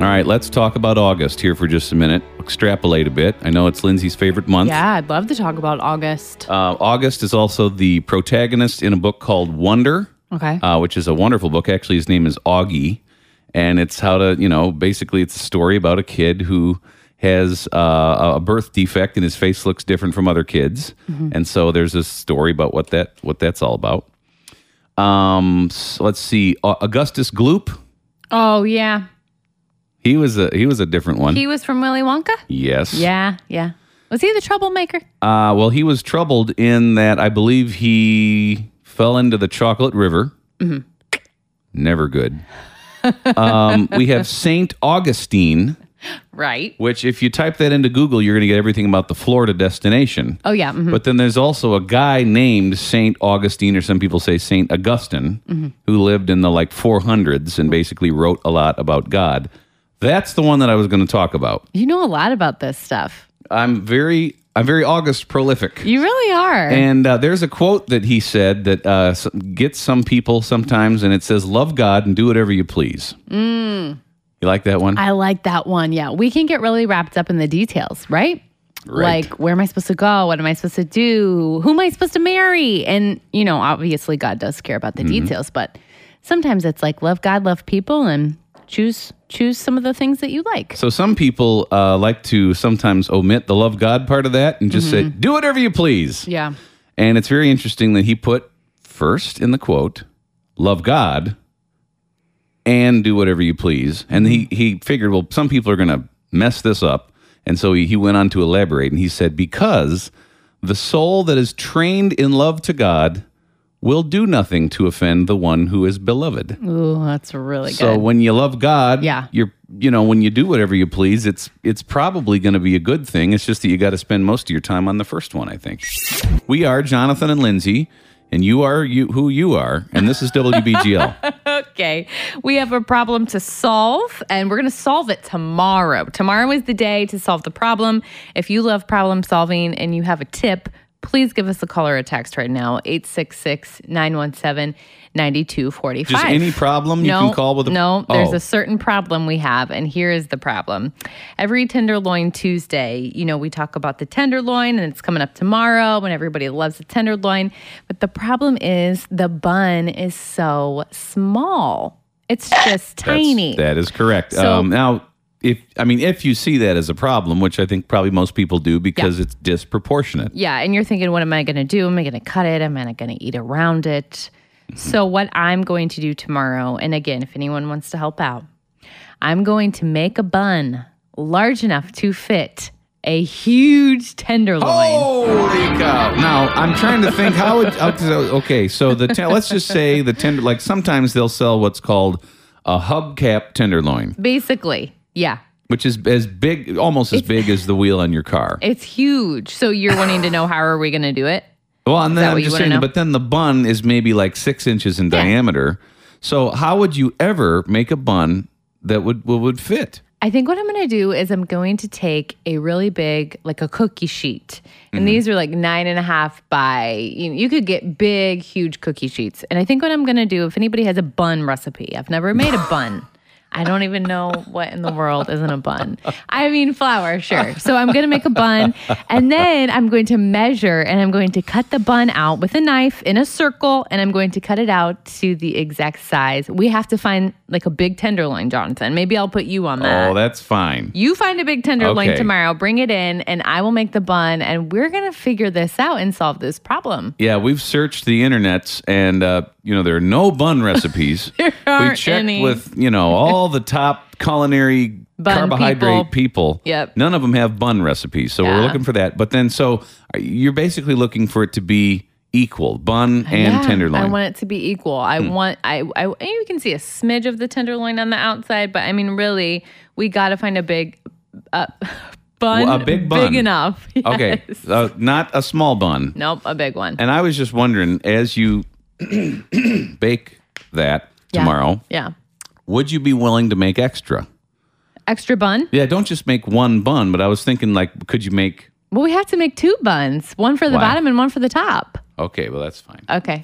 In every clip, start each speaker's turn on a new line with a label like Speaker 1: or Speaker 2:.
Speaker 1: right, let's talk about August here for just a minute. Extrapolate a bit. I know it's Lindsay's favorite month.
Speaker 2: Yeah, I'd love to talk about August.
Speaker 1: Uh, August is also the protagonist in a book called Wonder,
Speaker 2: Okay.
Speaker 1: uh, which is a wonderful book. Actually, his name is Augie, and it's how to, you know, basically it's a story about a kid who has uh, a birth defect and his face looks different from other kids,
Speaker 2: Mm-hmm.
Speaker 1: and so there's this story about what that what that's all about. Um, so let's see, Au- Augustus Gloop.
Speaker 2: oh, yeah.
Speaker 1: He was a he was a different one.
Speaker 2: He was from Willy Wonka?
Speaker 1: yes.
Speaker 2: Yeah, yeah. Was he the troublemaker?
Speaker 1: Uh, well, he was troubled in that I believe he fell into the chocolate river. Never good. um, we have Saint Augustine,
Speaker 2: Right.
Speaker 1: which if you type that into Google, you're going to get everything about the Florida destination.
Speaker 2: Oh, yeah. mhm.
Speaker 1: But then there's also a guy named Saint Augustine, or some people say Saint Augustine, who lived in the like 400s and basically wrote a lot about God. That's the one that I was going to talk about.
Speaker 2: You know a lot about this stuff.
Speaker 1: I'm very, I'm very August prolific.
Speaker 2: You really are.
Speaker 1: And uh, there's a quote that he said that uh, s- gets some people sometimes, and it says, "Love God and do whatever you please." You like that one?
Speaker 2: Mm. I like that one. Yeah. We can get really wrapped up in the details, right?
Speaker 1: Right.
Speaker 2: Like, where am I supposed to go? What am I supposed to do? Who am I supposed to marry? And, you know, obviously God does care about the
Speaker 1: Mm-hmm.
Speaker 2: details, but sometimes it's like love God, love people, and choose choose some of the things that you like.
Speaker 1: so some people uh, like to sometimes omit the love God part of that and just
Speaker 2: Mm-hmm.
Speaker 1: say, "Do whatever you please."
Speaker 2: Yeah.
Speaker 1: And it's very interesting that he put first in the quote, "Love God and do whatever you please." And he he figured, well, some people are going to mess this up, and so he, he went on to elaborate, and he said, because the soul that is trained in love to God will do nothing to offend the one who is beloved.
Speaker 2: Ooh, that's really
Speaker 1: So
Speaker 2: good.
Speaker 1: when you love God,
Speaker 2: Yeah.
Speaker 1: you're you know when you do whatever you please, it's it's probably going to be a good thing. It's just that you got to spend most of your time on the first one, I think. We are Jonathan and Lindsay, and you are you who you are, and this is WBGL.
Speaker 2: Okay. We have a problem to solve, and we're going to solve it tomorrow. Tomorrow is the day to solve the problem. If you love problem solving and you have a tip, please give us a call or a text right now 866 917 9245.
Speaker 1: Just any problem you
Speaker 2: no,
Speaker 1: can call with a
Speaker 2: no. There's
Speaker 1: Oh.
Speaker 2: a certain problem we have, and here is the problem. Every Tenderloin Tuesday, you know, we talk about the tenderloin, and it's coming up tomorrow when everybody loves the tenderloin. But the problem is the bun is so small; it's just
Speaker 1: That's-
Speaker 2: tiny.
Speaker 1: That is correct.
Speaker 2: So-
Speaker 1: um, now, if I mean, if you see that as a problem, which I think probably most people do because it's disproportionate.
Speaker 2: Yeah, and you're thinking, what am I going to do? Am I going to cut it? Am I going to eat around it? So, what I'm going to do tomorrow, and again, if anyone wants to help out, I'm going to make a bun large enough to fit a huge tenderloin.
Speaker 1: Holy cow! Now I'm trying to think how it. Okay, so the ten, let's just say the tender. Like sometimes they'll sell what's called a hubcap tenderloin,
Speaker 2: Basically, yeah,
Speaker 1: which is as big, almost as big as the wheel on your car.
Speaker 2: it's huge. So, you're wanting to know how are we going to do it?
Speaker 1: Well, and
Speaker 2: that
Speaker 1: then
Speaker 2: what
Speaker 1: I'm
Speaker 2: you
Speaker 1: just
Speaker 2: wanna
Speaker 1: saying,
Speaker 2: know?
Speaker 1: but then the bun is maybe like six inches in diameter. So how would you ever make a bun that would would- would fit?
Speaker 2: I think what I'm going to do is I'm going to take a really big, like a cookie sheet. And these are like nine and a half by, you, you could get big, huge cookie sheets. And I think what I'm going to do, if anybody has a bun recipe, I've never made a bun. I don't even know what in the world isn't a bun. I mean, flour, sure. So I'm going to make a bun and then I'm going to measure and I'm going to cut the bun out with a knife in a circle and I'm going to cut it out to the exact size. We have to find like a big tenderloin, Jonathan. Maybe I'll put you on that.
Speaker 1: Oh, that's fine.
Speaker 2: You find a big tenderloin
Speaker 1: Okay.
Speaker 2: tomorrow, bring it in, and I will make the bun, and we're gonna figure this out and solve this problem.
Speaker 1: Yeah, we've searched the internets, and uh, you know there are no bun recipes. we
Speaker 2: aren't
Speaker 1: checked
Speaker 2: any.
Speaker 1: with you know all the top culinary
Speaker 2: Bun
Speaker 1: carbohydrate people.
Speaker 2: Yep.
Speaker 1: none of them have bun recipes, so
Speaker 2: Yeah.
Speaker 1: we're looking for that. But then, so uh, you're basically looking for it to be equal bun and Hmm.
Speaker 2: Yeah, I
Speaker 1: tenderloin.
Speaker 2: want it to be equal. I want I, I and you can see a smidge of the tenderloin on the outside, but I mean, really, we gotta find a big uh, bun,
Speaker 1: Well, a big bun.
Speaker 2: enough.
Speaker 1: okay,
Speaker 2: Yes.
Speaker 1: uh, not a small bun.
Speaker 2: Nope, a big one.
Speaker 1: And I was just wondering, as you bake that
Speaker 2: Yeah.
Speaker 1: tomorrow,
Speaker 2: Yeah,
Speaker 1: would you be willing to make extra?
Speaker 2: extra bun.
Speaker 1: Yeah, don't just make one bun. But I was thinking, like, could you make
Speaker 2: Well, we have to make two buns, one for the
Speaker 1: Wow.
Speaker 2: bottom and one for the top.
Speaker 1: Okay, well, that's fine.
Speaker 2: Okay.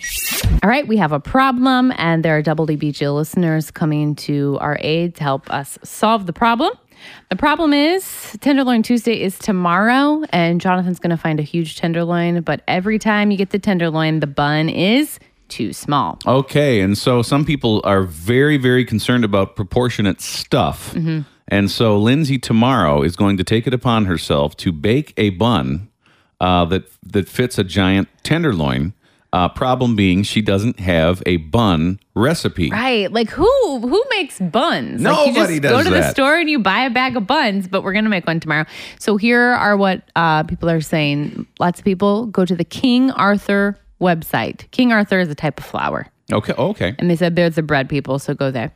Speaker 2: All right, we have a problem, and there are double DBG listeners coming to our aid to help us solve the problem. The problem is Tenderloin Tuesday is tomorrow, and Jonathan's going to find a huge tenderloin, but every time you get the tenderloin, the bun is too small.
Speaker 1: Okay, and so some people are very, very concerned about proportionate stuff. And so Lindsay tomorrow is going to take it upon herself to bake a bun uh, that that fits a giant tenderloin. Uh, problem being, she doesn't have a bun recipe.
Speaker 2: Right. Like who who makes buns? like you
Speaker 1: Nobody
Speaker 2: just
Speaker 1: does
Speaker 2: go to the
Speaker 1: that.
Speaker 2: store and you buy a bag of buns, but we're gonna make one tomorrow. So here are what uh, people are saying. Lots of people go to the King Arthur website. King Arthur is a type of flower.
Speaker 1: Okay, okay.
Speaker 2: And they said there's the bread people, so go there.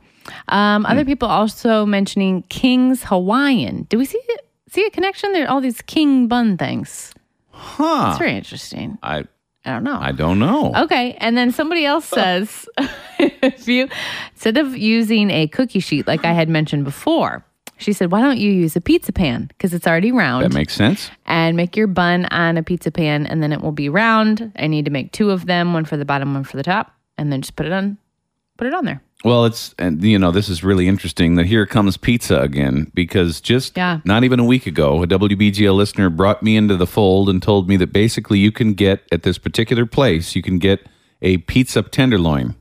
Speaker 2: Um,
Speaker 1: Hmm.
Speaker 2: other people also mentioning King's Hawaiian. Do we see see a connection? There are all these king bun things.
Speaker 1: Huh.
Speaker 2: It's very interesting.
Speaker 1: I
Speaker 2: I don't know.
Speaker 1: I don't know.
Speaker 2: Okay, and then somebody else says, if you instead of using a cookie sheet like I had mentioned before, she said, why don't you use a pizza pan because it's already round
Speaker 1: That makes sense.
Speaker 2: and make your bun on a pizza pan and then it will be round. I need to make two of them, one for the bottom, one for the top, and then just put it on, put it on there.
Speaker 1: Well, it's and you know this is really interesting that here comes pizza again because just
Speaker 2: Yeah.
Speaker 1: not even a week ago a WBGL listener brought me into the fold and told me that basically you can get at this particular place you can get a pizza tenderloin.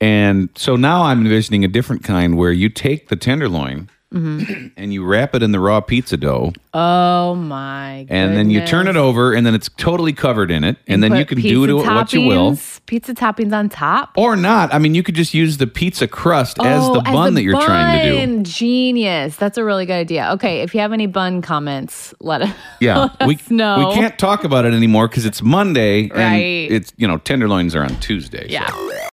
Speaker 1: And so now I'm envisioning a different kind where you take the tenderloin
Speaker 2: Mm-hmm.
Speaker 1: and you wrap it in the raw pizza dough
Speaker 2: Oh my! Goodness.
Speaker 1: and then you turn it over and then it's totally covered in it and, then you
Speaker 2: Put
Speaker 1: can do to it
Speaker 2: pizza
Speaker 1: what you will.
Speaker 2: toppings- Pizza toppings on top.
Speaker 1: Or not. I mean, you could just use the pizza crust as
Speaker 2: Oh,
Speaker 1: the bun that you're trying to do.
Speaker 2: bun. Genius. That's a really good idea. Okay, if you have any bun comments, let us.
Speaker 1: Yeah,
Speaker 2: let us know.
Speaker 1: we can't talk about it anymore because it's Monday,
Speaker 2: Right.
Speaker 1: and it's you know tenderloins are on Tuesday. so.
Speaker 2: Yeah.